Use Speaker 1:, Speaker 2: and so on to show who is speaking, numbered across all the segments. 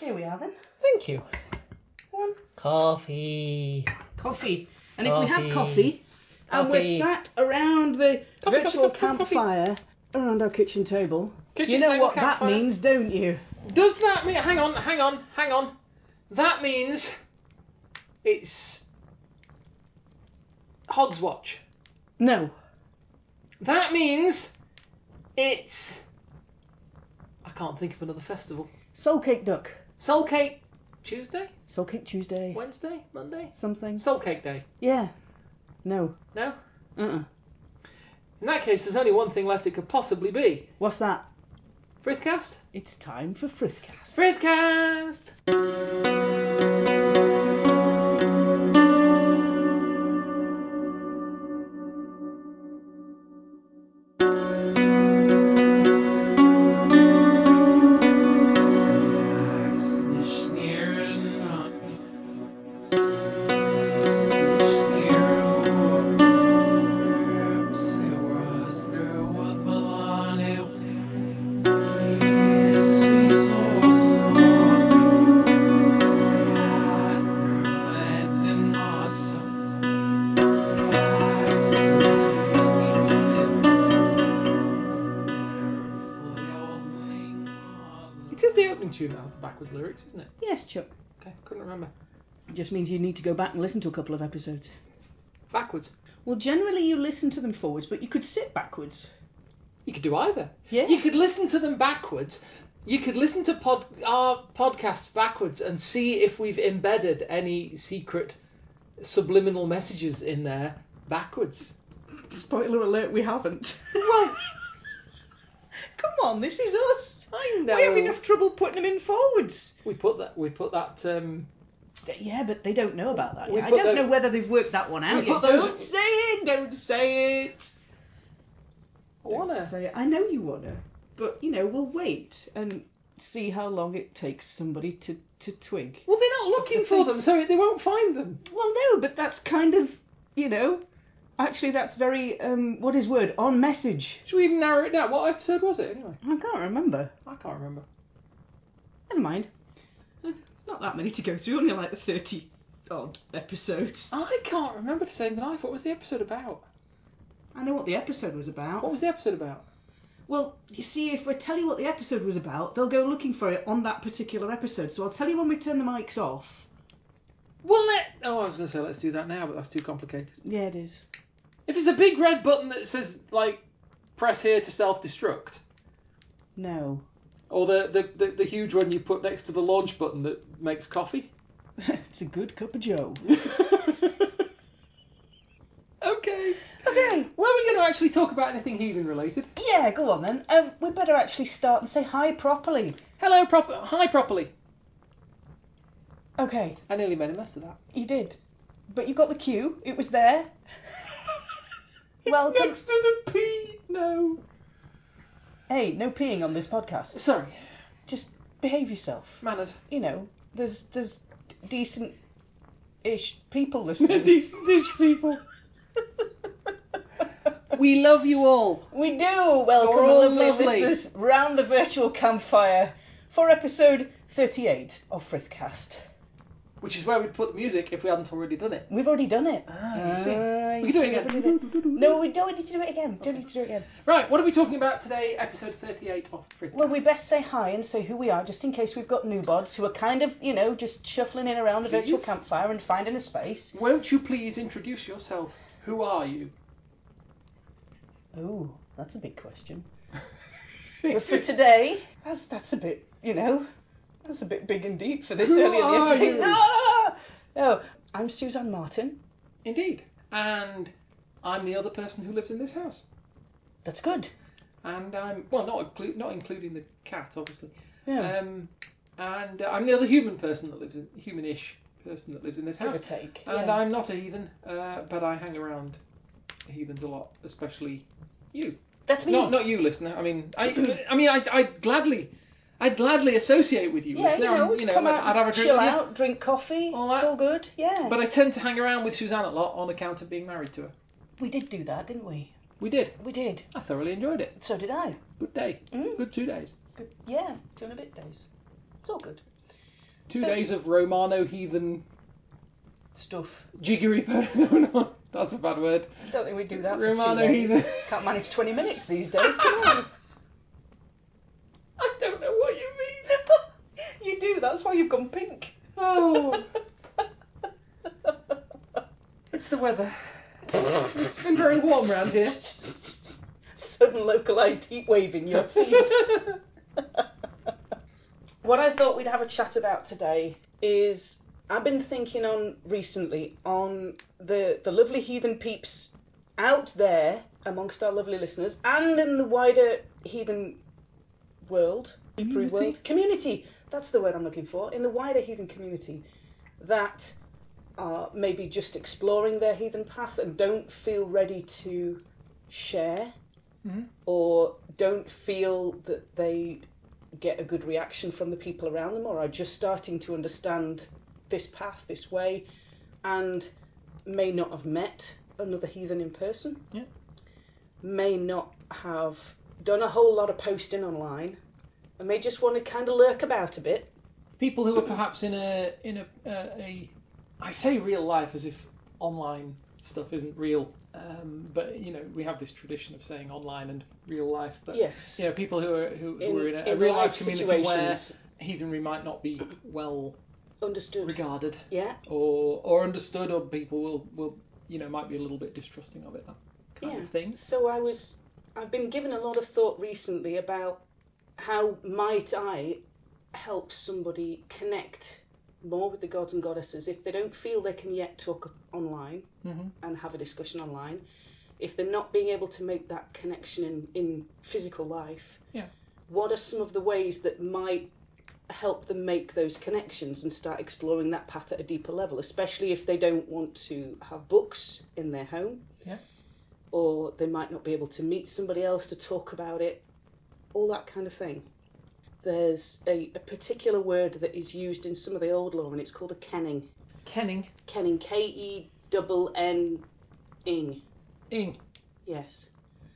Speaker 1: Here we are then.
Speaker 2: Thank you.
Speaker 1: One
Speaker 2: Coffee.
Speaker 1: coffee. And if we have
Speaker 2: Coffee.
Speaker 1: coffee, and we're
Speaker 2: Coffee.
Speaker 1: sat around the
Speaker 2: Coffee,
Speaker 1: virtual
Speaker 2: coffee, coffee, coffee.
Speaker 1: campfire around our kitchen table,
Speaker 2: Kitchen
Speaker 1: you know
Speaker 2: table
Speaker 1: what
Speaker 2: campfire.
Speaker 1: that means, don't you?
Speaker 2: Does that mean? Hang on, hang on, hang on. That means it's Hod's watch.
Speaker 1: No.
Speaker 2: That means it's. I can't think of another festival.
Speaker 1: Soul Cake Duck.
Speaker 2: Soul Cake Tuesday,
Speaker 1: Soul Cake Tuesday.
Speaker 2: Wednesday, Monday.
Speaker 1: Something.
Speaker 2: Soul Cake Day.
Speaker 1: Yeah. No.
Speaker 2: No.
Speaker 1: Uh uh
Speaker 2: In that case, there's only one thing left. It could possibly be
Speaker 1: What's that?
Speaker 2: Frithcast.
Speaker 1: It's time for Frithcast.
Speaker 2: Frithcast. It is the opening tune that has the backwards lyrics, isn't it?
Speaker 1: Yes, Chuck.
Speaker 2: Okay, couldn't remember.
Speaker 1: It just means you need to go back and listen to a couple of episodes.
Speaker 2: Backwards.
Speaker 1: Well, generally you listen to them forwards, but you could sit backwards.
Speaker 2: You could do either.
Speaker 1: Yeah.
Speaker 2: You could listen to them backwards. You could listen to pod- our podcasts backwards and see if we've embedded any secret subliminal messages in there backwards.
Speaker 1: Spoiler alert, we haven't.
Speaker 2: Well,
Speaker 1: Come on, this is us.
Speaker 2: I know.
Speaker 1: We have enough trouble putting them in forwards.
Speaker 2: We put that. We put that. Um,
Speaker 1: Yeah, but they don't know about that.
Speaker 2: We
Speaker 1: yet. I
Speaker 2: put
Speaker 1: don't
Speaker 2: tho-
Speaker 1: know whether they've worked that one out.
Speaker 2: put
Speaker 1: yet.
Speaker 2: those-
Speaker 1: Don't say it. Don't say it.
Speaker 2: I wanna.
Speaker 1: Say it. I know you wanna, but you know we'll wait and see how long it takes somebody to to twig.
Speaker 2: Well, they're not looking for them, so they won't find them.
Speaker 1: Well, no, but that's kind of you know. Actually, that's very um, what is word on message.
Speaker 2: Should we even narrow it down? What episode was it anyway?
Speaker 1: I can't remember.
Speaker 2: I can't remember.
Speaker 1: Never mind. Eh, It's not that many to go through. Only like thirty odd episodes.
Speaker 2: I can't remember to save my life. What was the episode about?
Speaker 1: I know what the episode was about.
Speaker 2: What was the episode about?
Speaker 1: Well, you see, if we tell you what the episode was about, they'll go looking for it on that particular episode. So I'll tell you when we turn the mics off.
Speaker 2: Well, let. Oh, I was going to say let's do that now, but that's too complicated.
Speaker 1: Yeah, it is.
Speaker 2: If it's a big red button that says like press here to self destruct,
Speaker 1: No.
Speaker 2: or the, the, the, the huge one you put next to the launch button that makes coffee.
Speaker 1: it's a good cup of joe.
Speaker 2: okay.
Speaker 1: Okay.
Speaker 2: Were we going to actually talk about anything healing related?
Speaker 1: Yeah, go on then. Um, we better actually start and say hi properly.
Speaker 2: Hello, proper. Hi, properly.
Speaker 1: Okay,
Speaker 2: I nearly made a mess of that.
Speaker 1: you did. But you got the cue. It was there. Welcome.
Speaker 2: to the P. No.
Speaker 1: Hey, no peeing on this podcast.
Speaker 2: Sorry.
Speaker 1: Just behave yourself.
Speaker 2: Manners.
Speaker 1: You know, there's there's decent ish people listening.
Speaker 2: dish people. We love you all.
Speaker 1: We do welcome
Speaker 2: You're all
Speaker 1: lovely,
Speaker 2: lovely.
Speaker 1: listeners round the virtual campfire for episode 38 of Frithcast.
Speaker 2: Which is where we'd put the music if we hadn't already done it.
Speaker 1: We've already done it.
Speaker 2: Ah, you see.
Speaker 1: Ah,
Speaker 2: We can do it
Speaker 1: see,
Speaker 2: again.
Speaker 1: we've already done it. No, we don't need to do it again. Don't need to do it again.
Speaker 2: Right, what are we talking about today? Episode 38 of Frithcast.
Speaker 1: Well, we best say hi and say who we are, just in case we've got new bods who are kind of, you know, just shuffling in around the virtual
Speaker 2: Please.
Speaker 1: campfire and finding a space.
Speaker 2: Won't you please introduce yourself? Who are you?
Speaker 1: Ooh, that's a big question. But for today, that's that's a bit, you know, that's a bit big and deep for this
Speaker 2: Who
Speaker 1: early in the
Speaker 2: are
Speaker 1: evening.
Speaker 2: you?
Speaker 1: Ah! No, I'm Suzanne Martin.
Speaker 2: Indeed. And I'm the other person who lives in this house.
Speaker 1: That's good.
Speaker 2: And I'm, well, not, inclu- not including the cat, obviously.
Speaker 1: Yeah.
Speaker 2: Um, and uh, I'm the other human person that lives in, human-ish person that lives in this
Speaker 1: give or
Speaker 2: house.
Speaker 1: take.
Speaker 2: And
Speaker 1: yeah.
Speaker 2: I'm not a heathen, uh, but I hang around heathens a lot, especially you.
Speaker 1: That's me.
Speaker 2: Not not you, listener. I mean, I I mean, I I gladly, I'd gladly associate with you,
Speaker 1: yeah, you
Speaker 2: listener. I'm-
Speaker 1: know,
Speaker 2: you know
Speaker 1: come
Speaker 2: I'd,
Speaker 1: out,
Speaker 2: I'd have a drink.
Speaker 1: chill
Speaker 2: with you.
Speaker 1: out, drink coffee.
Speaker 2: All
Speaker 1: it's
Speaker 2: that.
Speaker 1: all good. Yeah.
Speaker 2: But I tend to hang around with Suzanne a lot on account of being married to her.
Speaker 1: we did do that, didn't we?
Speaker 2: We did.
Speaker 1: We did.
Speaker 2: I thoroughly enjoyed it.
Speaker 1: So did I.
Speaker 2: Good day.
Speaker 1: Mm.
Speaker 2: Good two days.
Speaker 1: Good. Yeah, two and a bit days. It's all good.
Speaker 2: Two
Speaker 1: So-
Speaker 2: days of Romano heathen
Speaker 1: Stuff.
Speaker 2: jiggery. no, no, that's a bad word.
Speaker 1: I don't think we do that for two
Speaker 2: Romano
Speaker 1: days.
Speaker 2: heathen.
Speaker 1: Can't manage 20 minutes these days, can we?
Speaker 2: I don't know what you mean.
Speaker 1: you do, that's why you've gone pink.
Speaker 2: Oh, it's the weather. It's been very warm round here.
Speaker 1: Sudden localised heat wave in your seat. what I thought we'd have a chat about today is I've been thinking on recently on the the lovely heathen peeps out there amongst our lovely listeners and in the wider heathen world
Speaker 2: Community?
Speaker 1: world community that's the word I'm looking for in the wider heathen community that are maybe just exploring their heathen path and don't feel ready to share
Speaker 2: Mhm.
Speaker 1: or don't feel that they get a good reaction from the people around them or are just starting to understand this path, this way, and may not have met another heathen in person,
Speaker 2: Yeah.
Speaker 1: may not have done a whole lot of posting online, and may just want to kind of lurk about a bit.
Speaker 2: people who are perhaps in a in a, a, a I say real life as if online stuff isn't real, um, but you know we have this tradition of saying online and real life. But
Speaker 1: Yes.
Speaker 2: you know people who are who,
Speaker 1: In-
Speaker 2: who are in a, a
Speaker 1: in
Speaker 2: real
Speaker 1: life
Speaker 2: life community
Speaker 1: situations.
Speaker 2: where heathenry might not be well
Speaker 1: Understood.
Speaker 2: regarded
Speaker 1: yeah.
Speaker 2: or or understood, or people will will you know might be a little bit distrusting of it. That kind
Speaker 1: Yeah.
Speaker 2: of thing.
Speaker 1: So I was, I've been given a lot of thought recently about how might I help somebody connect more with the gods and goddesses if they don't feel they can yet talk online
Speaker 2: Mhm.
Speaker 1: and have a discussion online, if they're not being able to make that connection in, in physical life.
Speaker 2: Yeah.
Speaker 1: What are some of the ways that might help them make those connections and start exploring that path at a deeper level, especially if they don't want to have books in their home?
Speaker 2: Yeah.
Speaker 1: Or they might not be able to meet somebody else to talk about it, all that kind of thing. There's a, a particular word that is used in some of the old law and it's called a kenning.
Speaker 2: Kenning,
Speaker 1: Kenning, K E double N ing.
Speaker 2: ing,
Speaker 1: Yes.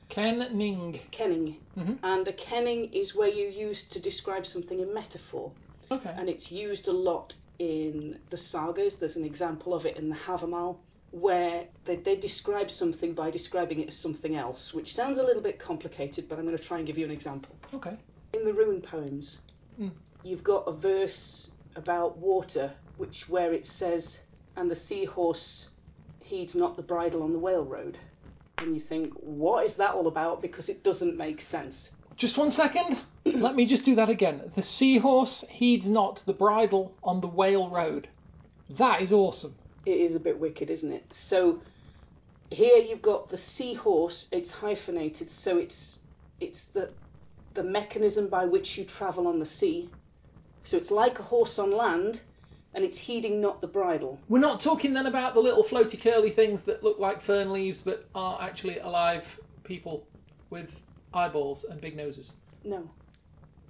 Speaker 2: kenning.
Speaker 1: Kenning.
Speaker 2: Mhm.
Speaker 1: And a kenning is where you use to describe something in metaphor.
Speaker 2: Okay.
Speaker 1: and it's used a lot in the sagas. There's an example of it in the Havamal, where they, they describe something by describing it as something else, which sounds a little bit complicated, but I'm going to try and give you an example.
Speaker 2: Okay.
Speaker 1: In the rune poems,
Speaker 2: Mm.
Speaker 1: you've got a verse about water, which where it says, "And the seahorse heeds not the bridle on the whale road," and you think, "What is that all about?" Because it doesn't make sense.
Speaker 2: Just one second. Let me just do that again. The seahorse heeds not the bridle on the whale road. That is awesome.
Speaker 1: it is a bit wicked, isn't it? So here you've got the seahorse. It's hyphenated, so it's it's the the mechanism by which you travel on the sea. So it's like a horse on land, and it's heeding not the bridle.
Speaker 2: We're not talking then about the little floaty curly things that look like fern leaves but are actually alive people with eyeballs and big noses.
Speaker 1: No,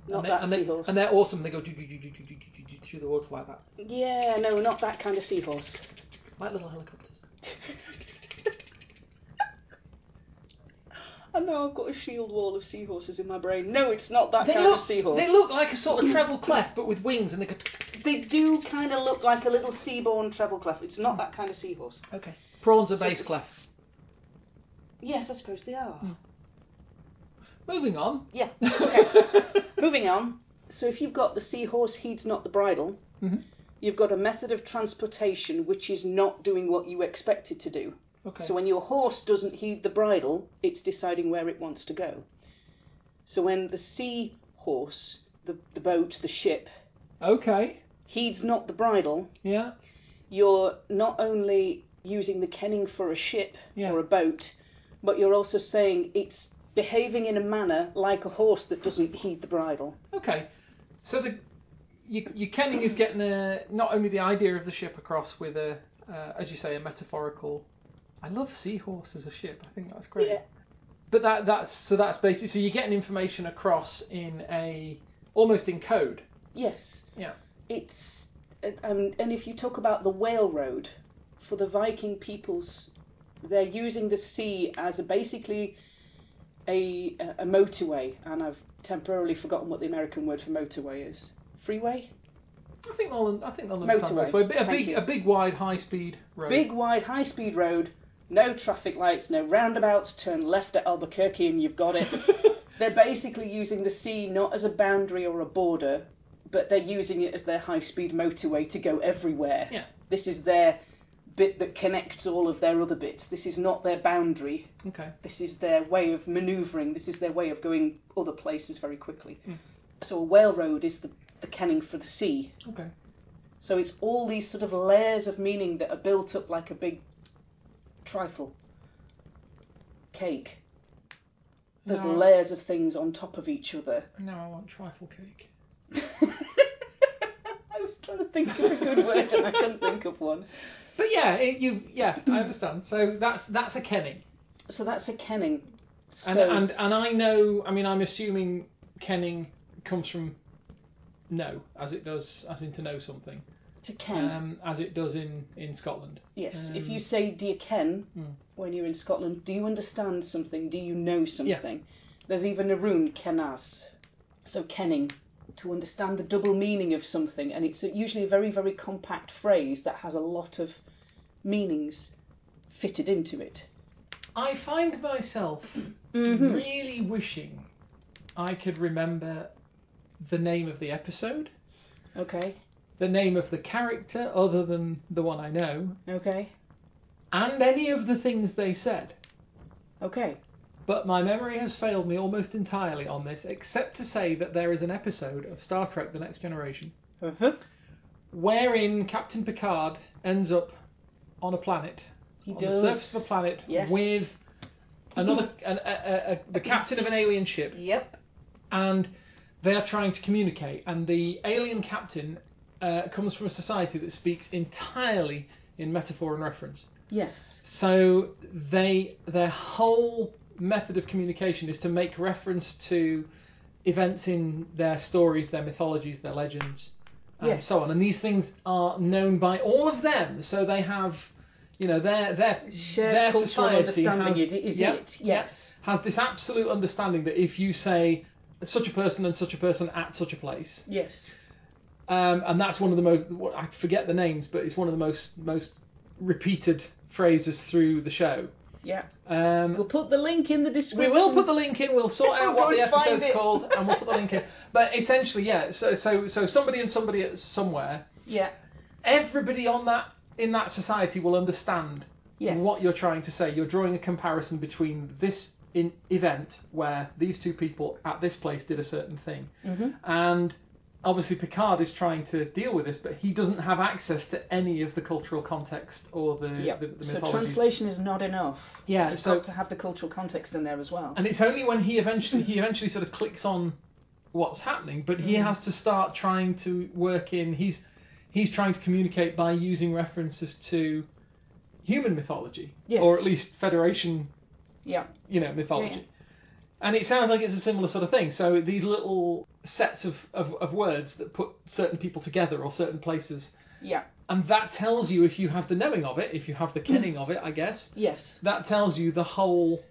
Speaker 1: not
Speaker 2: and they-
Speaker 1: that
Speaker 2: and they,
Speaker 1: seahorse.
Speaker 2: And they're awesome. They go doo- doo- doo- doo- doo- doo- doo- doo- through the water like that,
Speaker 1: yeah, no, not that kind of seahorse.
Speaker 2: like little helicopters.
Speaker 1: And now I've got a shield wall of seahorses in my brain. No, it's not that
Speaker 2: They
Speaker 1: kind
Speaker 2: look,
Speaker 1: of seahorse.
Speaker 2: they look like a sort of treble clef but with wings and they go.
Speaker 1: They do kind of look like a little seaborne treble clef. It's not that kind of seahorse.
Speaker 2: Okay. Prawns are
Speaker 1: So
Speaker 2: bass
Speaker 1: it's-
Speaker 2: clef.
Speaker 1: Yes, I suppose they are.
Speaker 2: Moving on.
Speaker 1: Yeah. Okay. Moving on. So if you've got the seahorse heeds not the bridle,
Speaker 2: Mhm.
Speaker 1: you've got a method of transportation which is not doing what you expect it to do.
Speaker 2: Okay.
Speaker 1: So when your horse doesn't heed the bridle, it's deciding where it wants to go. So when the seahorse, the, the boat, the ship,
Speaker 2: Okay.
Speaker 1: heeds not the bridle,
Speaker 2: Yeah.
Speaker 1: you're not only using the kenning for a ship
Speaker 2: Yeah.
Speaker 1: or a boat, but you're also saying it's behaving in a manner like a horse that doesn't heed the bridle.
Speaker 2: Okay, so the you, you Kenning is getting a, not only the idea of the ship across with a, uh, as you say, a metaphorical. I love seahorse as a ship. I think that's great.
Speaker 1: Yeah.
Speaker 2: But that that's so that's basically so you're getting information across in a almost in code.
Speaker 1: Yes.
Speaker 2: Yeah.
Speaker 1: It's and and if you talk about the whale road, for the Viking peoples, they're using the sea as a basically a a motorway, and I've temporarily forgotten what the American word for motorway is. Freeway.
Speaker 2: I think they'll. I think they'll understand
Speaker 1: Motorway.
Speaker 2: motorway. motorway. But A
Speaker 1: Thank
Speaker 2: big,
Speaker 1: you.
Speaker 2: a big, wide, high-speed road.
Speaker 1: Big, wide, high speed road, no traffic lights, no roundabouts, turn left at Albuquerque and you've got it. they're basically using the sea not as a boundary or a border, but they're using it as their high speed motorway to go everywhere.
Speaker 2: Yeah.
Speaker 1: This is their bit that connects all of their other bits. This is not their boundary.
Speaker 2: Okay.
Speaker 1: This is their way of manoeuvring. This is their way of going other places very quickly. So a whale road is the, the canning for the sea.
Speaker 2: Okay.
Speaker 1: So it's all these sort of layers of meaning that are built up like a big trifle cake. There's
Speaker 2: No.
Speaker 1: layers of things on top of each other.
Speaker 2: Now I want trifle cake.
Speaker 1: I was trying to think of a good word and I couldn't think of one.
Speaker 2: But yeah, it, you. Yeah, I understand. So that's that's a kenning.
Speaker 1: So that's a kenning. So
Speaker 2: And, and and I know. I mean, I'm assuming kenning comes from know, as it does, as in to know something,
Speaker 1: to ken.
Speaker 2: um, as it does in in Scotland.
Speaker 1: yes. if
Speaker 2: um,
Speaker 1: you say dear ken
Speaker 2: Hmm.
Speaker 1: when you're in Scotland, do you understand something? Do you know something? There's even a rune kenas. So kenning to understand the double meaning of something and it's usually a very very compact phrase that has a lot of meanings fitted into it.
Speaker 2: I find myself Mm-hmm.
Speaker 1: Mhm.
Speaker 2: really wishing I could remember the name of the episode,
Speaker 1: Okay.
Speaker 2: the name of the character other than the one I know,
Speaker 1: Okay.
Speaker 2: and any of the things they said.
Speaker 1: Okay.
Speaker 2: But my memory has failed me almost entirely on this, except to say that there is an episode of Star Trek The Next Generation
Speaker 1: Uh-huh.
Speaker 2: wherein Captain Picard ends up on a planet,
Speaker 1: He
Speaker 2: on
Speaker 1: does.
Speaker 2: the surface of a planet,
Speaker 1: Yes.
Speaker 2: with another, an, a, a, a, the captain of an alien ship,
Speaker 1: Yep.
Speaker 2: and they are trying to communicate. And the alien captain uh, comes from a society that speaks entirely in metaphor and reference.
Speaker 1: Yes.
Speaker 2: So they their whole method of communication is to make reference to events in their stories, their mythologies, their legends, and
Speaker 1: Yes.
Speaker 2: so on. And these things are known by all of them. So they have, you know, their their
Speaker 1: Shared
Speaker 2: their
Speaker 1: cultural
Speaker 2: society
Speaker 1: understanding
Speaker 2: has,
Speaker 1: is, is
Speaker 2: yeah,
Speaker 1: it.
Speaker 2: yeah,
Speaker 1: Yes.
Speaker 2: has this absolute understanding that if you say such a person and such a person at such a place,
Speaker 1: Yes.
Speaker 2: um, and that's one of the most I forget the names, but it's one of the most most repeated phrases through the show.
Speaker 1: Yeah.
Speaker 2: Um,
Speaker 1: We'll put the link in the
Speaker 2: we
Speaker 1: description.
Speaker 2: will put the link in. We'll sort out
Speaker 1: We'll
Speaker 2: what
Speaker 1: go
Speaker 2: the
Speaker 1: and find
Speaker 2: episode's
Speaker 1: it.
Speaker 2: called, and we'll put the link in. But essentially, yeah. So so so somebody and somebody at somewhere,
Speaker 1: Yeah.
Speaker 2: everybody on that in that society will understand
Speaker 1: Yes.
Speaker 2: what you're trying to say. You're drawing a comparison between this in event where these two people at this place did a certain thing,
Speaker 1: Mm-hmm.
Speaker 2: and obviously Picard is trying to deal with this, but he doesn't have access to any of the cultural context or the
Speaker 1: Yeah.
Speaker 2: the, the
Speaker 1: so
Speaker 2: mythology.
Speaker 1: translation is not enough.
Speaker 2: yeah,
Speaker 1: It's
Speaker 2: so
Speaker 1: got to have the cultural context in there as well.
Speaker 2: and it's only when he eventually he eventually sort of clicks on what's happening, but
Speaker 1: Mm.
Speaker 2: he has to start trying to work in he's he's trying to communicate by using references to human mythology or
Speaker 1: Yes.
Speaker 2: at least Federation
Speaker 1: Yeah.
Speaker 2: you know mythology. And it sounds like it's a similar sort of thing. So these little sets of, of, of words that put certain people together or certain places,
Speaker 1: Yeah.
Speaker 2: and that tells you if you have the knowing of it, if you
Speaker 1: Mm.
Speaker 2: have the kenning of it, I guess
Speaker 1: Yes.
Speaker 2: that tells you the whole.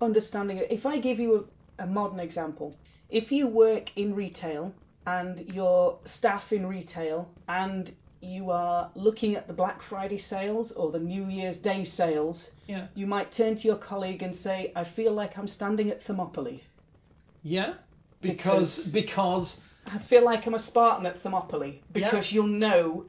Speaker 1: Understanding it. If I give you a, a modern example, if you work in retail and you're staff in retail and you are looking at the Black Friday sales or the New Year's Day sales,
Speaker 2: Yeah.
Speaker 1: you might turn to your colleague and say, I feel like I'm standing at Thermopylae.
Speaker 2: Yeah,
Speaker 1: Because-
Speaker 2: because because
Speaker 1: I feel like I'm a Spartan at Thermopylae because you'll know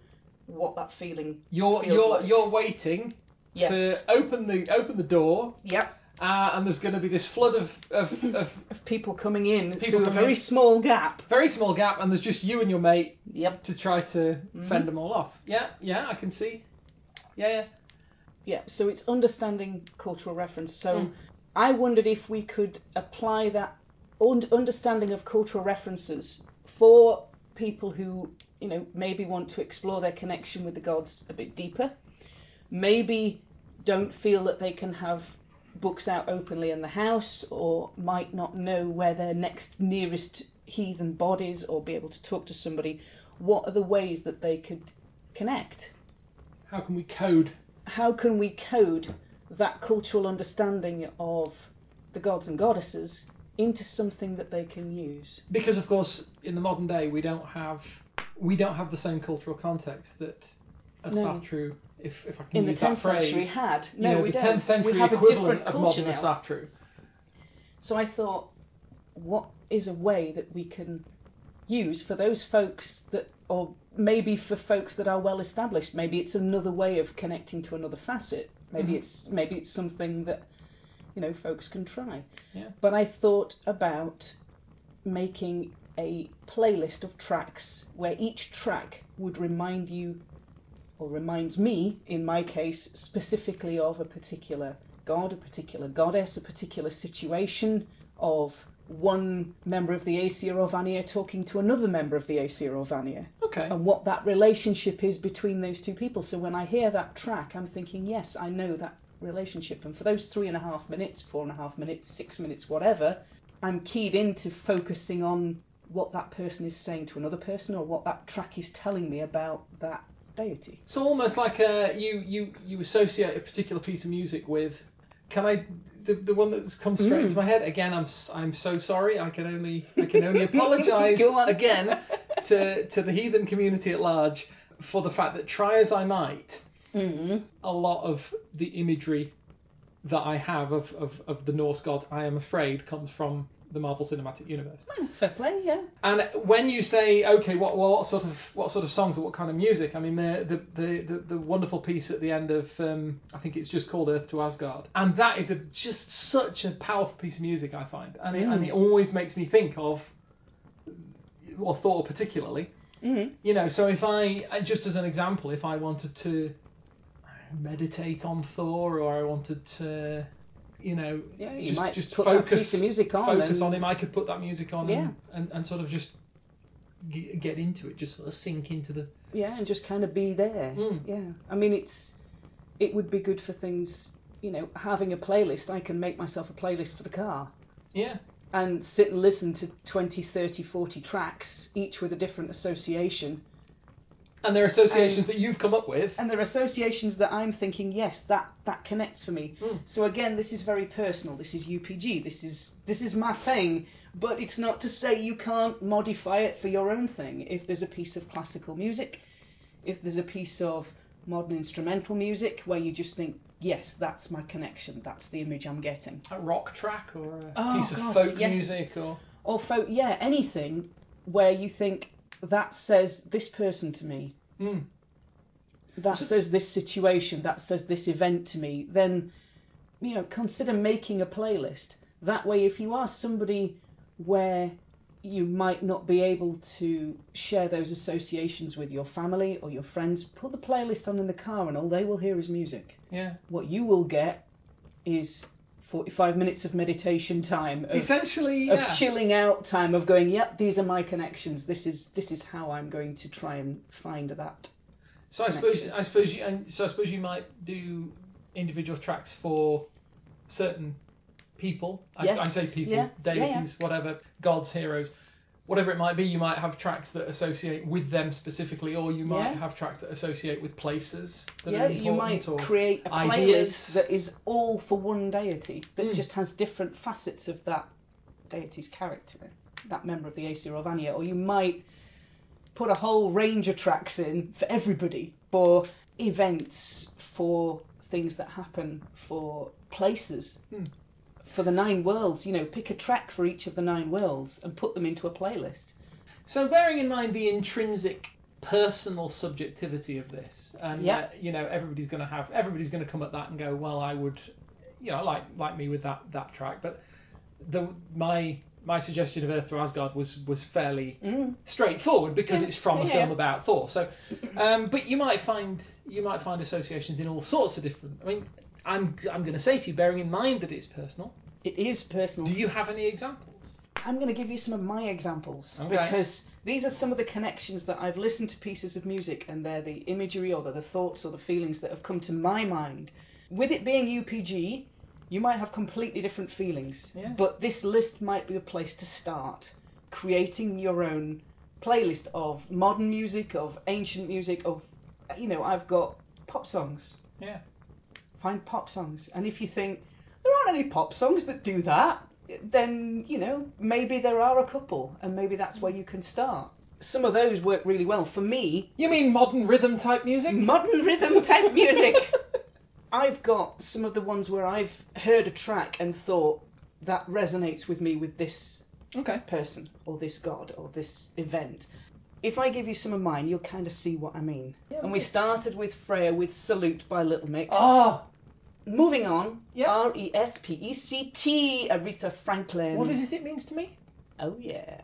Speaker 1: what that feeling
Speaker 2: you're
Speaker 1: Feels
Speaker 2: you're
Speaker 1: like-
Speaker 2: you're waiting
Speaker 1: Yes.
Speaker 2: to open the open the door,
Speaker 1: Yep.
Speaker 2: uh, and there's going to be this flood of, of, of
Speaker 1: Of people coming in
Speaker 2: People
Speaker 1: through a
Speaker 2: coming
Speaker 1: very
Speaker 2: in.
Speaker 1: small gap.
Speaker 2: very small gap, and there's just you and your mate
Speaker 1: Yep.
Speaker 2: to try to
Speaker 1: Mm-hmm.
Speaker 2: fend them all off. Yeah, yeah, I can see. Yeah, yeah.
Speaker 1: Yeah, so it's understanding cultural reference. So I wondered if we could apply that un- understanding of cultural references for people who, you know, maybe want to explore their connection with the gods a bit deeper, maybe don't feel that they can have books out openly in the house, or might not know where their next nearest heathen bod is, or be able to talk to somebody. What are the ways that they could connect?
Speaker 2: How can we code?
Speaker 1: how can we code that cultural understanding of the gods and goddesses into something that they can use?
Speaker 2: Because of course, in the modern day, we don't have we don't have the same cultural context that a
Speaker 1: No.
Speaker 2: Satru, if, if I can
Speaker 1: in the
Speaker 2: use
Speaker 1: 10th
Speaker 2: Hmm, that phrase,
Speaker 1: century had.
Speaker 2: you
Speaker 1: No,
Speaker 2: know,
Speaker 1: we
Speaker 2: the
Speaker 1: don't.
Speaker 2: 10th century
Speaker 1: we have a
Speaker 2: equivalent
Speaker 1: different
Speaker 2: of
Speaker 1: culture now.
Speaker 2: modern Satru.
Speaker 1: So I thought, what is a way that we can use for those folks that, or maybe for folks that are well established? Maybe it's another way of connecting to another facet. Maybe
Speaker 2: Mhm.
Speaker 1: it's maybe it's something that you know folks can try.
Speaker 2: Yeah.
Speaker 1: But I thought about making a playlist of tracks where each track would remind you or reminds me in my case specifically of a particular god a particular goddess a particular situation of one member of the Aesir or Vanir talking to another member of the Aesir or Vanir
Speaker 2: Okay.
Speaker 1: and what that relationship is between those two people. So when I hear that track, I'm thinking, yes, I know that relationship. And for those three and a half minutes, four and a half minutes, six minutes, whatever, I'm keyed into focusing on what that person is saying to another person or what that track is telling me about that deity.
Speaker 2: So almost like uh, you, you you associate a particular piece of music with. Can I the, the one that's come straight
Speaker 1: Hmm.
Speaker 2: into my head again? I'm s- I'm so sorry. I can only I can only apologise
Speaker 1: Go on.
Speaker 2: again to to the heathen community at large for the fact that try as I might,
Speaker 1: Mm-hmm.
Speaker 2: a lot of the imagery that I have of, of, of the Norse gods, I am afraid, comes from the Marvel Cinematic Universe.
Speaker 1: Fair play, yeah.
Speaker 2: And when you say, okay, what well, what sort of what sort of songs or what kind of music? I mean, the the the, the, the wonderful piece at the end of um, I think it's just called Earth to Asgard, and that is a, just such a powerful piece of music I find, and it,
Speaker 1: Mm.
Speaker 2: and it always makes me think of or Thor particularly.
Speaker 1: Mhm.
Speaker 2: You know, so if I uh, just as an example, if I wanted to meditate on Thor, or I wanted to, you know,
Speaker 1: Yeah, you
Speaker 2: just
Speaker 1: might
Speaker 2: just
Speaker 1: put
Speaker 2: focus
Speaker 1: that piece of music on.
Speaker 2: focus
Speaker 1: and-
Speaker 2: on him. I could put that music on
Speaker 1: Yeah.
Speaker 2: and, and, and sort of just g- get into it, just sort of sink into the.
Speaker 1: Yeah, and just kind of be there.
Speaker 2: Mm.
Speaker 1: Yeah, I mean, it's it would be good for things. You know, having a playlist, I can make myself a playlist for the car
Speaker 2: Yeah,
Speaker 1: and sit and listen to 20, 30, 40 tracks, each with a different association.
Speaker 2: and there are
Speaker 1: Um,
Speaker 2: associations that you've come up with.
Speaker 1: And there are associations that I'm thinking, yes, that that connects for me.
Speaker 2: Mm.
Speaker 1: So again, this is very personal. This is UPG. This is this is my thing. But it's not to say you can't modify it for your own thing. If there's a piece of classical music, if there's a piece of modern instrumental music where you just think, yes, that's my connection. That's the image I'm getting.
Speaker 2: A rock track or a
Speaker 1: Oh,
Speaker 2: piece of
Speaker 1: God,
Speaker 2: folk
Speaker 1: yes.
Speaker 2: music or.
Speaker 1: or folk, yeah, anything where you think that says this person to me,
Speaker 2: Mm.
Speaker 1: that
Speaker 2: So-
Speaker 1: says this situation, that says this event to me, then you know consider making a playlist. That way, if you are somebody where you might not be able to share those associations with your family or your friends, put the playlist on in the car, and all they will hear is music
Speaker 2: Yeah.
Speaker 1: what you will get is 45 minutes of meditation time of,
Speaker 2: Essentially,
Speaker 1: of
Speaker 2: yeah.
Speaker 1: chilling out time of going yep these are my connections this is this is how i'm going to try and find that
Speaker 2: So I suppose
Speaker 1: connection.
Speaker 2: I suppose you and so I suppose you might do individual tracks for certain people. I,
Speaker 1: Yes,
Speaker 2: I say people,
Speaker 1: yeah, yeah, yeah.
Speaker 2: deities, whatever, gods, heroes, whatever it might be. You might have tracks that associate with them specifically, or you might
Speaker 1: Yeah.
Speaker 2: have tracks that associate with places that
Speaker 1: yeah
Speaker 2: are important.
Speaker 1: you might
Speaker 2: or...
Speaker 1: create a playlist
Speaker 2: ideas.
Speaker 1: that is all for one deity that
Speaker 2: Mm.
Speaker 1: just has different facets of that deity's character that member of the Aesir or Vanya or you might put a whole range of tracks in for everybody for events for things that happen for places
Speaker 2: Hmm.
Speaker 1: for the nine worlds you know pick a track for each of the nine worlds and put them into a playlist
Speaker 2: So, bearing in mind the intrinsic personal subjectivity of this, and
Speaker 1: Yeah.
Speaker 2: uh, you know, everybody's going to have everybody's going to come at that and go, "Well, I would," you know, like like me with that that track. But the my my suggestion of Earth to Asgard was was fairly
Speaker 1: mm.
Speaker 2: straightforward because
Speaker 1: Yeah.
Speaker 2: it's from a
Speaker 1: Yeah,
Speaker 2: film
Speaker 1: yeah.
Speaker 2: about Thor. So, um, but you might find you might find associations in all sorts of different. I mean, I'm I'm going to say to you, bearing in mind that it's personal.
Speaker 1: it is personal
Speaker 2: Do you have any examples?
Speaker 1: I'm going to give you some of my examples
Speaker 2: Okay.
Speaker 1: because these are some of the connections that I've listened to pieces of music and they're the imagery or they're the thoughts or the feelings that have come to my mind. With it being UPG, you might have completely different feelings,
Speaker 2: Yeah.
Speaker 1: but this list might be a place to start creating your own playlist of modern music, of ancient music, of you know, I've got pop songs.
Speaker 2: Yeah.
Speaker 1: Find pop songs. And if you think there aren't any pop songs that do that, then you know maybe there are a couple, and maybe that's where you can start. some of those work really well. For me,
Speaker 2: You mean modern rhythm type music?
Speaker 1: modern rhythm type music. I've got some of the ones where I've heard a track and thought that resonates with me with this
Speaker 2: Okay.
Speaker 1: person or this god or this event. If I give you some of mine, you'll kind of see what I mean.
Speaker 2: Yeah,
Speaker 1: and we
Speaker 2: okay.
Speaker 1: started with Freya with Salute by Little Mix.
Speaker 2: Ah,
Speaker 1: Moving on,
Speaker 2: Yeah.
Speaker 1: R E S P E C T, Aretha Franklin.
Speaker 2: what is it it means to me?
Speaker 1: Oh, yeah.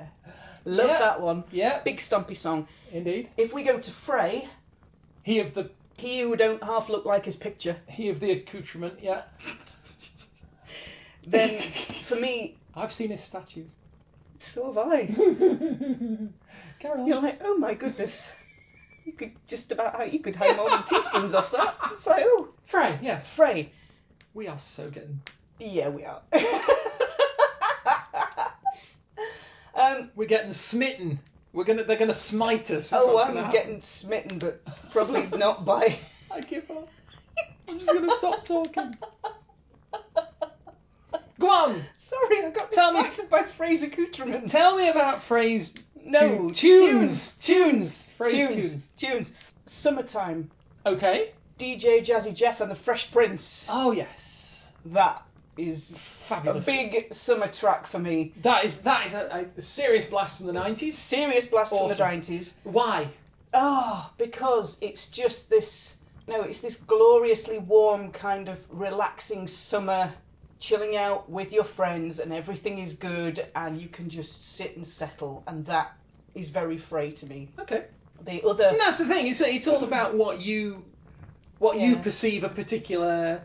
Speaker 1: Love
Speaker 2: Yeah.
Speaker 1: that one.
Speaker 2: Yeah,
Speaker 1: Big stompy song.
Speaker 2: indeed.
Speaker 1: If we go to Frey,
Speaker 2: He of the
Speaker 1: he who don't half look like his picture,
Speaker 2: he of the accoutrement. Yeah,
Speaker 1: then for me,
Speaker 2: I've seen his statues.
Speaker 1: so have I.
Speaker 2: Carry on.
Speaker 1: You're like, oh my goodness. You could just about, how you could hang more than teaspoons off that. It's like, oh,
Speaker 2: Frey, yes.
Speaker 1: Frey.
Speaker 2: We are so getting.
Speaker 1: Yeah, we are. um,
Speaker 2: We're getting smitten. We're gonna. They're gonna smite us. is
Speaker 1: oh,
Speaker 2: what's
Speaker 1: I'm
Speaker 2: gonna happen.
Speaker 1: getting smitten, but probably not by.
Speaker 2: I give up. I'm just gonna stop talking. Go on.
Speaker 1: Sorry, I got
Speaker 2: Tell me-
Speaker 1: distracted by Frey's accoutrements.
Speaker 2: Tell me about Frey's
Speaker 1: no, tunes,
Speaker 2: tunes,
Speaker 1: tunes,
Speaker 2: Frey's
Speaker 1: tunes,
Speaker 2: tunes.
Speaker 1: tunes. Summertime.
Speaker 2: Okay.
Speaker 1: DJ Jazzy Jeff and the Fresh Prince.
Speaker 2: Oh yes.
Speaker 1: That is a
Speaker 2: Fabulous.
Speaker 1: big summer track for me.
Speaker 2: That is that is a, a serious blast from the nineties.
Speaker 1: Serious blast from the
Speaker 2: Awesome.
Speaker 1: nineties.
Speaker 2: Why?
Speaker 1: Oh, because it's just this. No, it's this gloriously warm kind of relaxing summer, chilling out with your friends, and everything is good, and you can just sit and settle, and that is very free to me.
Speaker 2: Okay.
Speaker 1: The other,
Speaker 2: And that's the thing. It's it's all about what you what you
Speaker 1: Yeah.
Speaker 2: perceive a particular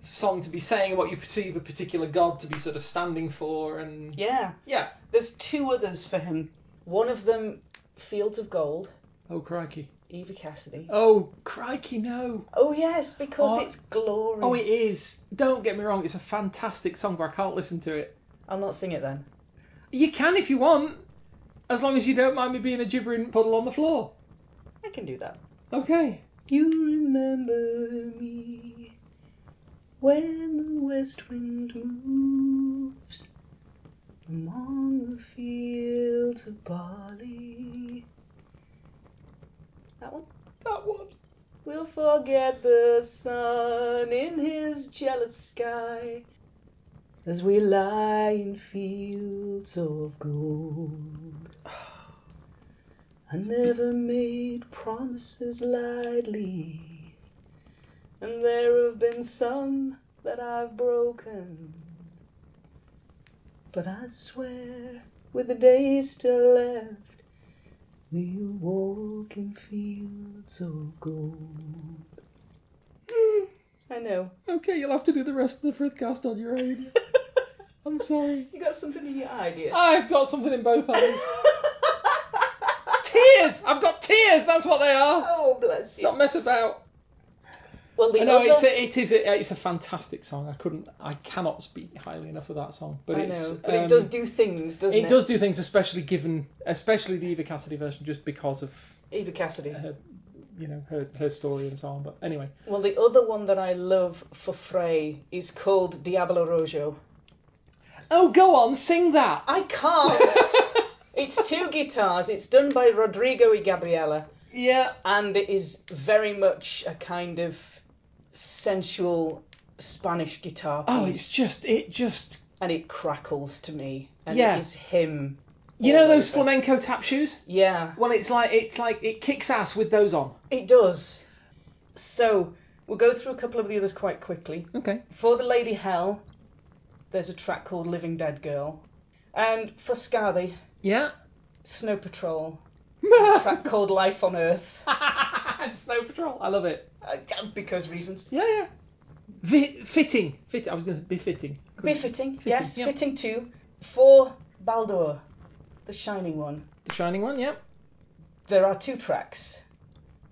Speaker 2: song to be saying, what you perceive a particular god to be sort of standing for, and
Speaker 1: yeah,
Speaker 2: yeah.
Speaker 1: there's two others for him. One of them, Fields of Gold,
Speaker 2: Oh crikey!
Speaker 1: Eva Cassidy.
Speaker 2: Oh crikey! No.
Speaker 1: Oh yes, because
Speaker 2: Oh.
Speaker 1: it's glorious.
Speaker 2: Oh, it is. Don't get me wrong. It's a fantastic song, but I can't listen to it.
Speaker 1: I'll not sing it then.
Speaker 2: You can if you want, as long as you don't mind me being a gibbering puddle on the floor.
Speaker 1: I can do that.
Speaker 2: Okay.
Speaker 1: You remember me when the west wind moves among the fields of barley. That one.
Speaker 2: That one.
Speaker 1: We'll forget the sun in his jealous sky as we lie in fields of gold. I never made promises lightly, and there have been some that I've broken. But I swear, with the days still left, We'll walk in fields of gold. I know.
Speaker 2: Mm. Okay, you'll have to do the rest of the Frithcast on your own. I'm sorry.
Speaker 1: You got something in your eye, dear.
Speaker 2: I've got something in both eyes. tears! I've got tears! That's what they are!
Speaker 1: oh, bless
Speaker 2: Don't mess about.
Speaker 1: Well, the
Speaker 2: I know
Speaker 1: other...
Speaker 2: it's a, it is a, it's a fantastic song. I couldn't, I cannot speak highly enough of that song. But
Speaker 1: I
Speaker 2: it's,
Speaker 1: know, but
Speaker 2: um,
Speaker 1: it does do things, doesn't it?
Speaker 2: it does do things, especially given, especially the Eva Cassidy version, just because of
Speaker 1: Eva Cassidy.
Speaker 2: her, you know, her her story and so on. But anyway,
Speaker 1: Well, the other one that I love for Frey is called Diablo Rojo.
Speaker 2: oh, go on, sing that.
Speaker 1: I can't. it's two guitars. It's done by Rodrigo y Gabriela,
Speaker 2: yeah,
Speaker 1: and it is very much a kind of sensual Spanish guitar.
Speaker 2: Oh,
Speaker 1: piece.
Speaker 2: it's just it just
Speaker 1: and it crackles to me. And
Speaker 2: Yeah.
Speaker 1: it is him.
Speaker 2: you
Speaker 1: all
Speaker 2: know those
Speaker 1: over.
Speaker 2: flamenco tap shoes.
Speaker 1: Yeah,
Speaker 2: Well, it's like it's like it kicks ass with those on.
Speaker 1: it does. So we'll go through a couple of the others quite quickly.
Speaker 2: Okay.
Speaker 1: For the Lady Hell, there's a track called Living Dead Girl, and for Scarthy,
Speaker 2: Yeah.
Speaker 1: Snow Patrol, a track called Life on Earth,
Speaker 2: and Snow Patrol. I love it.
Speaker 1: uh, because reasons.
Speaker 2: Yeah, yeah. Vi- fitting. Fit. I was going to be fitting.
Speaker 1: Befitting, yes,
Speaker 2: yeah.
Speaker 1: fitting too. For Baldur, the Shining One,
Speaker 2: The Shining one. Yeah.
Speaker 1: there are two tracks.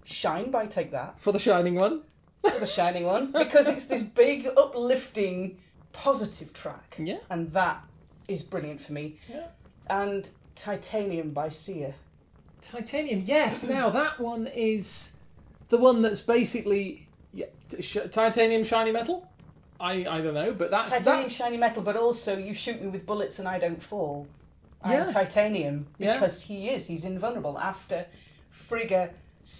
Speaker 1: Shine by Take That.
Speaker 2: For the Shining one.
Speaker 1: the shining one because it's this big uplifting positive track
Speaker 2: Yeah.
Speaker 1: and that is brilliant for me
Speaker 2: Yeah.
Speaker 1: and titanium by sia
Speaker 2: Titanium. Yes. Now that one is the one that's basically yeah, t- sh- titanium shiny metal. I I don't know, but that's
Speaker 1: titanium
Speaker 2: Ah, that's
Speaker 1: shiny metal but also you shoot me with bullets and i don't fall
Speaker 2: Yeah.
Speaker 1: and Titanium
Speaker 2: Yeah.
Speaker 1: because he is. He's invulnerable after Frigga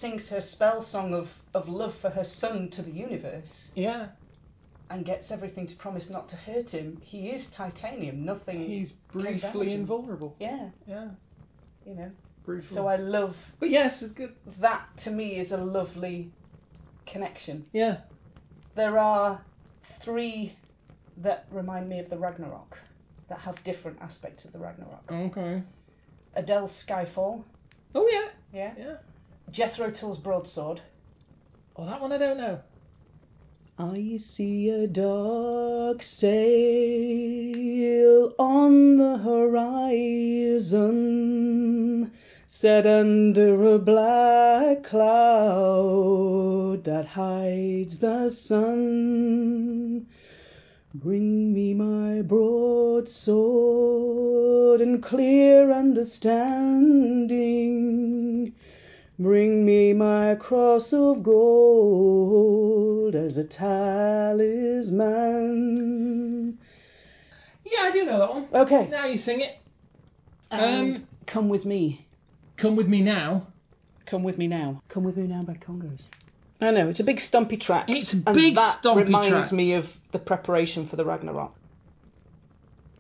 Speaker 1: sings her spell song of, of love for her son to the universe
Speaker 2: Yeah,
Speaker 1: and gets everything to promise not to hurt him. He is Titanium. Nothing.
Speaker 2: he's
Speaker 1: damage
Speaker 2: briefly
Speaker 1: him.
Speaker 2: invulnerable.
Speaker 1: yeah,
Speaker 2: Yeah,
Speaker 1: you know.
Speaker 2: briefly.
Speaker 1: So I love
Speaker 2: but yes, it's good.
Speaker 1: that. To me, is a lovely connection.
Speaker 2: Yeah,
Speaker 1: There are three that remind me of the Ragnarok that have different aspects of the Ragnarok.
Speaker 2: okay.
Speaker 1: Adele's Skyfall.
Speaker 2: Oh yeah,
Speaker 1: Yeah.
Speaker 2: yeah.
Speaker 1: Jethro Tull's Broadsword.
Speaker 2: Oh, that one I don't know.
Speaker 1: I see a dark sail on the horizon, set under a black cloud that hides the sun. Bring me my broadsword and clear understanding. Bring me my cross of gold as a talisman.
Speaker 2: Yeah, I do know that one.
Speaker 1: Okay.
Speaker 2: Now you sing it.
Speaker 1: And
Speaker 2: Um,
Speaker 1: come with me.
Speaker 2: Come with me now.
Speaker 1: Come with me now. Come with me now by Congos. I know, it's a big stumpy track.
Speaker 2: It's a
Speaker 1: and
Speaker 2: big
Speaker 1: that
Speaker 2: stumpy
Speaker 1: reminds
Speaker 2: track.
Speaker 1: me of the preparation for the Ragnarok.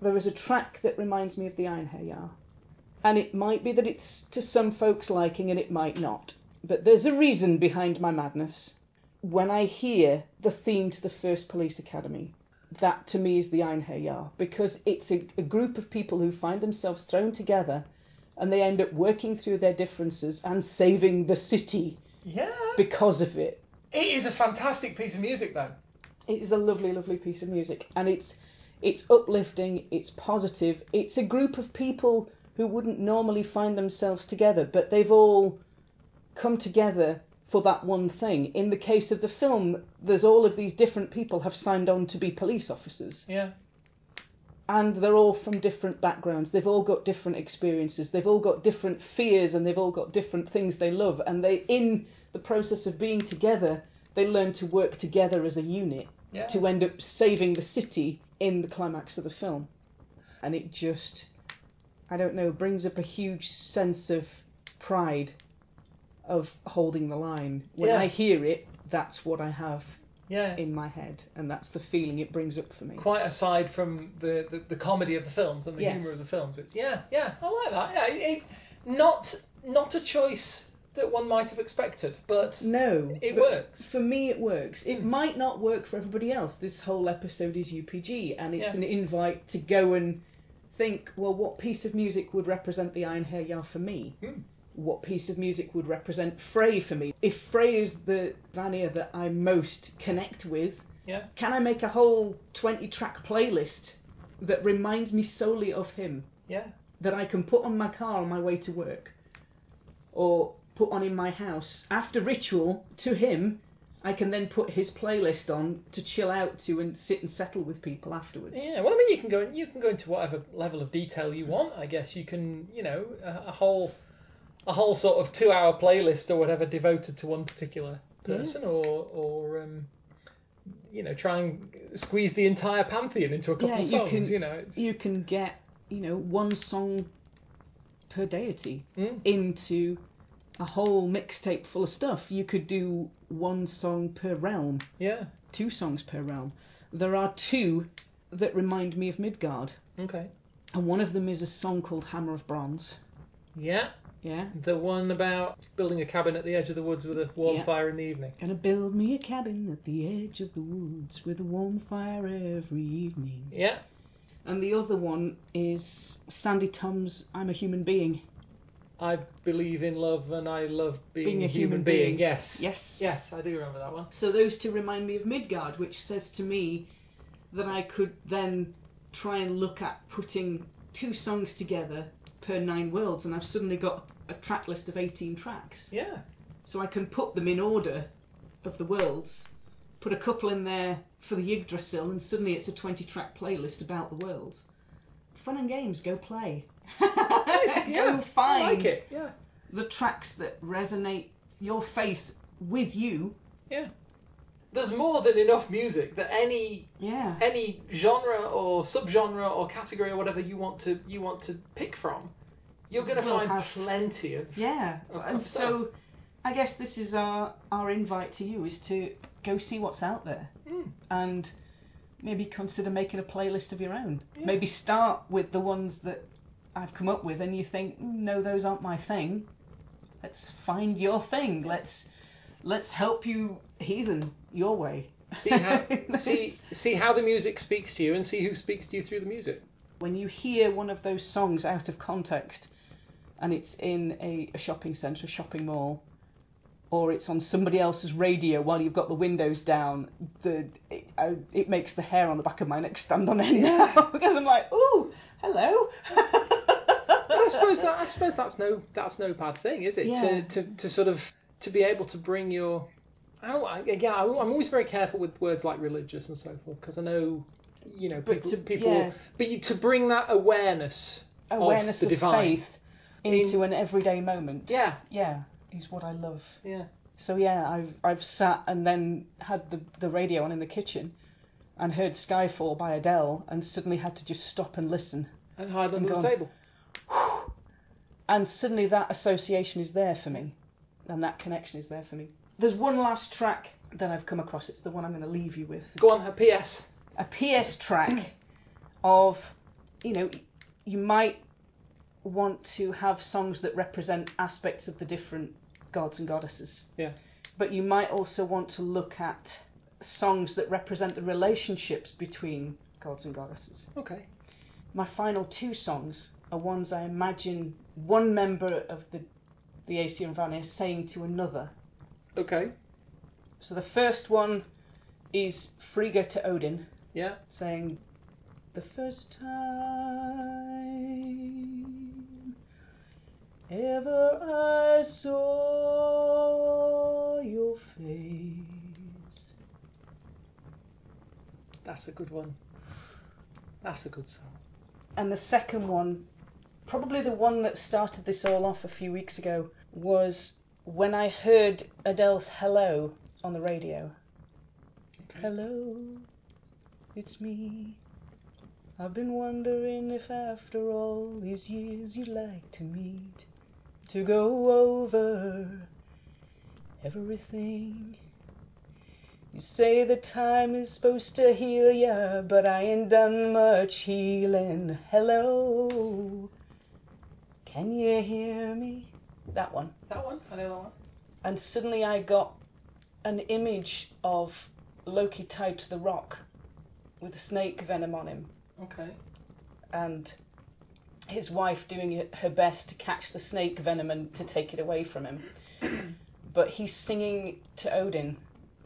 Speaker 1: There is a track that reminds me of the Einherjar. And it might be that it's to some folks' liking and it might not. But there's a reason behind my madness. When I hear the theme to the first police academy, that to me is the Einherjar because it's a, a group of people who find themselves thrown together and they end up working through their differences and saving the city
Speaker 2: Yeah.
Speaker 1: because of it.
Speaker 2: It is a fantastic piece of music, though.
Speaker 1: It is a lovely, lovely piece of music, and it's it's uplifting, it's positive. It's a group of people who wouldn't normally find themselves together, but they've all come together for that one thing. In the case of the film, there's all of these different people have signed on to be police officers,
Speaker 2: Yeah.
Speaker 1: and they're all from different backgrounds. They've all got different experiences, they've all got different fears, and they've all got different things they love. And they, in the process of being together, they learn to work together as a unit
Speaker 2: Yeah.
Speaker 1: to end up saving the city in the climax of the film. And it just, I don't know, brings up a huge sense of pride of holding the line. When
Speaker 2: Yeah.
Speaker 1: I hear it, that's what I have
Speaker 2: yeah.
Speaker 1: in my head, and that's the feeling it brings up for me.
Speaker 2: Quite aside from the, the, the comedy of the films and the
Speaker 1: Yes.
Speaker 2: humour of the films, it's yeah, yeah, I like that. Yeah, it, it- not not a choice that one might have expected, but
Speaker 1: No.
Speaker 2: It
Speaker 1: but
Speaker 2: works. Hmm.
Speaker 1: For me, it works. It might not work for everybody else. This whole episode is UPG, and it's
Speaker 2: Yeah.
Speaker 1: an invite to go and think well, what piece of music would represent the Iron Hair Yar for me?
Speaker 2: Hmm.
Speaker 1: What piece of music would represent Frey for me? If Frey is the Vanir that I most connect with,
Speaker 2: Yeah.
Speaker 1: can I make a whole 20 track playlist that reminds me solely of him?
Speaker 2: yeah,
Speaker 1: that I can put on my car on my way to work or put on in my house. After ritual, to him, I can then put his playlist on to chill out to and sit and settle with people afterwards.
Speaker 2: yeah. Well, I mean, you can go in, you can go into whatever level of detail you want. I guess you can, you know, a, a whole a whole sort of two hour playlist or whatever devoted to one particular person, or or um, you know, try and squeeze the entire pantheon into a couple
Speaker 1: Yeah,
Speaker 2: of
Speaker 1: you
Speaker 2: songs.
Speaker 1: can-
Speaker 2: you know, it's,
Speaker 1: You can get, you know, one song per deity
Speaker 2: Mm.
Speaker 1: into a whole mixtape full of stuff. You could do one song per realm,
Speaker 2: yeah.
Speaker 1: two songs per realm. There are two that remind me of Midgard,
Speaker 2: Okay.
Speaker 1: and one of them is a song called Hammer of Bronze.
Speaker 2: Yeah.
Speaker 1: Yeah,
Speaker 2: The one about building a cabin at the edge of the woods with a warm
Speaker 1: Yeah.
Speaker 2: fire in the evening.
Speaker 1: Gonna build me a cabin at the edge of the woods with a warm fire every evening.
Speaker 2: Yeah.
Speaker 1: And the other one is Sandy Tom's I'm a Human Being.
Speaker 2: I believe in love and I love being, a human, being. Yes.
Speaker 1: Yes.
Speaker 2: Yes, I do remember that one.
Speaker 1: So those two remind me of Midgard, which says to me that I could then try and look at putting two songs together per nine worlds, and I've suddenly got a track list of 18 tracks.
Speaker 2: Yeah.
Speaker 1: So I can put them in order of the worlds, put a couple in there for the Yggdrasil, and suddenly it's a 20 track playlist about the worlds. Fun and games, go play.
Speaker 2: yeah,
Speaker 1: go
Speaker 2: I
Speaker 1: find
Speaker 2: like it. Yeah.
Speaker 1: the tracks that resonate your faith with you
Speaker 2: Yeah. there's more than enough music that any
Speaker 1: Yeah.
Speaker 2: any genre or subgenre or category or whatever you want to you want to pick from, you're going to
Speaker 1: We'll
Speaker 2: find
Speaker 1: have-
Speaker 2: plenty of.
Speaker 1: Yeah.
Speaker 2: Of-
Speaker 1: And
Speaker 2: of
Speaker 1: so I guess this is our our invite to you is to go see what's out there
Speaker 2: Mm.
Speaker 1: and maybe consider making a playlist of your own.
Speaker 2: Yeah.
Speaker 1: Maybe start with the ones that I've come up with and you think, "Mm, no, those aren't my thing. Let's find your thing. Let's let's help you heathen your way.
Speaker 2: See how see
Speaker 1: That's-
Speaker 2: see how the music speaks to you and see who speaks to you through the music.
Speaker 1: when you hear one of those songs out of context and it's in a, a shopping centre, a shopping mall, or it's on somebody else's radio while you've got the windows down, the it, I, it makes the hair on the back of my neck stand on end now because I'm like, ooh, hello.
Speaker 2: I suppose that I suppose that's no that's no bad thing, is it?
Speaker 1: Yeah.
Speaker 2: To, to to sort of to be able to bring your I don't I, yeah I'm I'm always very careful with words like religious and so forth because I know you know
Speaker 1: But
Speaker 2: people
Speaker 1: to-
Speaker 2: people
Speaker 1: yeah.
Speaker 2: but you, to bring that awareness
Speaker 1: Awareness
Speaker 2: the
Speaker 1: of,
Speaker 2: divine.
Speaker 1: faith into an everyday moment.
Speaker 2: yeah
Speaker 1: Yeah, is what I love.
Speaker 2: yeah
Speaker 1: So yeah, I've I've sat and then had the the radio on in the kitchen, and heard Skyfall by Adele, and suddenly had to just stop and listen.
Speaker 2: and hide under the
Speaker 1: gone.
Speaker 2: table
Speaker 1: And suddenly that association is there for me, and that connection is there for me. There's one last track that I've come across. It's the one I'm going to leave you with.
Speaker 2: go on a PS
Speaker 1: A PS track of, you know, you might want to have songs that represent aspects of the different gods and goddesses.
Speaker 2: Yeah.
Speaker 1: But you might also want to look at songs that represent the relationships between gods and goddesses.
Speaker 2: okay
Speaker 1: My final two songs are ones I imagine one member of the the ACM family is saying to another.
Speaker 2: okay
Speaker 1: So the first one is Frigga to Odin
Speaker 2: yeah
Speaker 1: saying, The first time ever I saw your face.
Speaker 2: that's a good one that's a good song
Speaker 1: And the second one, probably the one that started this all off a few weeks ago, was when I heard Adele's Hello on the radio.
Speaker 2: Okay.
Speaker 1: Hello, it's me. I've been wondering if after all these years you'd like to meet to go over everything. You say that time is supposed to heal ya, but I ain't done much healing. Hello, can you hear me? That one.
Speaker 2: that one I know that one
Speaker 1: And suddenly I got an image of Loki tied to the rock with a snake venom on him
Speaker 2: okay
Speaker 1: and his wife doing it- her best to catch the snake venom and to take it away from him. but he's singing to Odin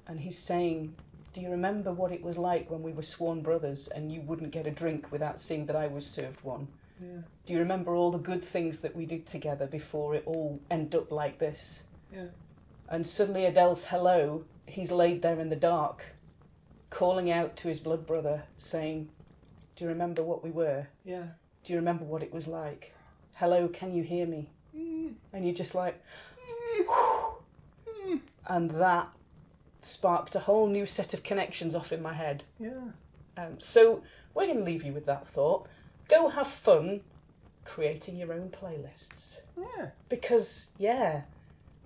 Speaker 1: and he's saying, Do you remember what it was like when we were sworn brothers and you wouldn't get a drink without seeing that I was served one?
Speaker 2: yeah
Speaker 1: Do you remember all the good things that we did together before it all ended up like this?
Speaker 2: Yeah.
Speaker 1: And suddenly Adele's hello, he's laid there in the dark, calling out to his blood brother, saying, Do you remember what we were?
Speaker 2: yeah
Speaker 1: Do you remember what it was like? Hello, can you hear me?
Speaker 2: mm,
Speaker 1: And you're just like,
Speaker 2: mm, mm.
Speaker 1: and that sparked a whole new set of connections off in my head.
Speaker 2: yeah
Speaker 1: Um, so we're going to leave you with that thought. Go have fun creating your own playlists.
Speaker 2: yeah
Speaker 1: because yeah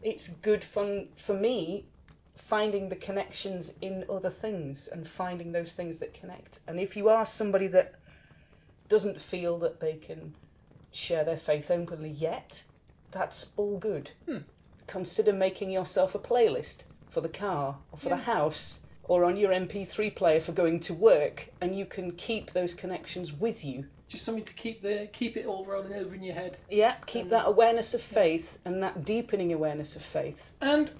Speaker 1: it's good fun for me finding the connections in other things and finding those things that connect and if you are somebody that doesn't feel that they can share their faith openly yet that's all good
Speaker 2: Hmm.
Speaker 1: consider making yourself a playlist for the car or for
Speaker 2: Yeah.
Speaker 1: the house or on your mp3 player for going to work and you can keep those connections with you
Speaker 2: just something to keep the keep it all rolling over in your head.
Speaker 1: yeah keep that awareness of faith and that deepening awareness of faith
Speaker 2: And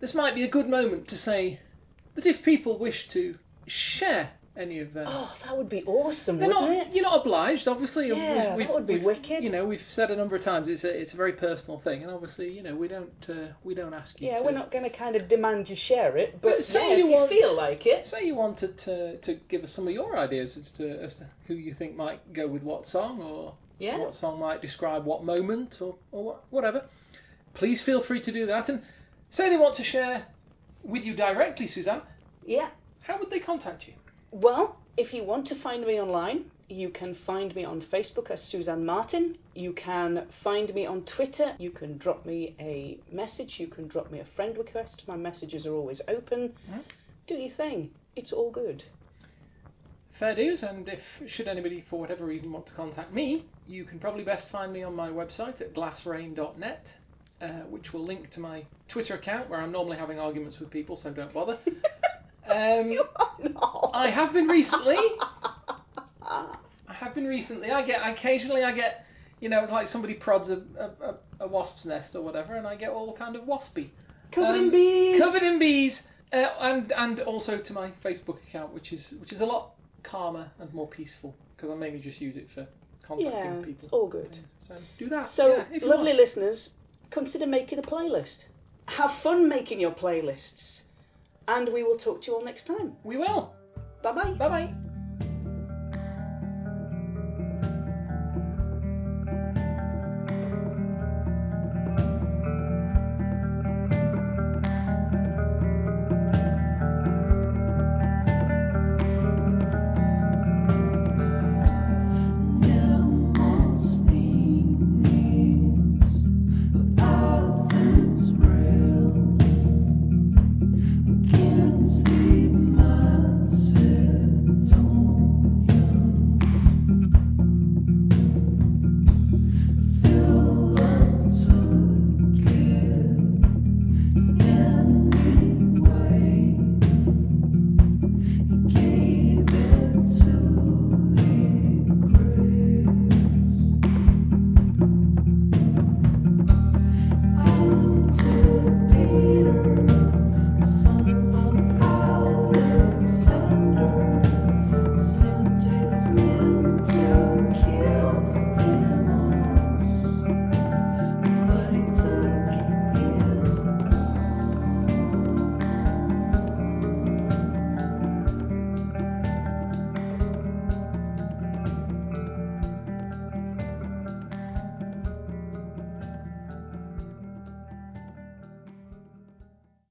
Speaker 2: this might be a good moment to say that if people wish to share any of their
Speaker 1: Oh, that would be awesome,
Speaker 2: They're
Speaker 1: wouldn't
Speaker 2: not,
Speaker 1: it?
Speaker 2: you're not obliged, obviously.
Speaker 1: Yeah, that would be
Speaker 2: we've-
Speaker 1: wicked.
Speaker 2: You know, we've said a number of times it's a, it's a very personal thing, and obviously, you know, we don't uh, we don't ask you.
Speaker 1: Yeah,
Speaker 2: to,
Speaker 1: we're not going to kind of demand you share it, but,
Speaker 2: But say
Speaker 1: yeah, if
Speaker 2: you
Speaker 1: you
Speaker 2: want-
Speaker 1: feel like it.
Speaker 2: Say you wanted to, to give us some of your ideas as to as to who you think might go with what song, or
Speaker 1: Yeah.
Speaker 2: what song might describe what moment, or or what, whatever. Please feel free to do that, and say they want to share with you directly, Suzanne.
Speaker 1: Yeah.
Speaker 2: How would they contact you?
Speaker 1: Well, if you want to find me online, you can find me on Facebook as Suzanne Martin. You can find me on Twitter. You can drop me a message. You can drop me a friend request. My messages are always open.
Speaker 2: Mm.
Speaker 1: Do your thing. It's all good.
Speaker 2: Fair dues, and if should anybody for whatever reason want to contact me, you can probably best find me on my website at glassrain.net, uh, which will link to my Twitter account where I'm normally having arguments with people, so don't bother. Um,
Speaker 1: You are not.
Speaker 2: I have been recently. I have been recently. I get occasionally I get, you know, it's like somebody prods a, a, a, a wasp's nest or whatever, and I get all kind of waspy,
Speaker 1: covered
Speaker 2: um,
Speaker 1: in bees.
Speaker 2: covered in bees, uh, and and also to my Facebook account, which is which is a lot calmer and more peaceful because I mainly just use it for contacting
Speaker 1: yeah, it's
Speaker 2: people.
Speaker 1: all good.
Speaker 2: So do that.
Speaker 1: So,
Speaker 2: yeah, if you
Speaker 1: lovely
Speaker 2: want.
Speaker 1: listeners, consider making a playlist. Have fun making your playlists, and we will talk to you all next time.
Speaker 2: We will.
Speaker 1: Bye bye.
Speaker 2: Bye bye.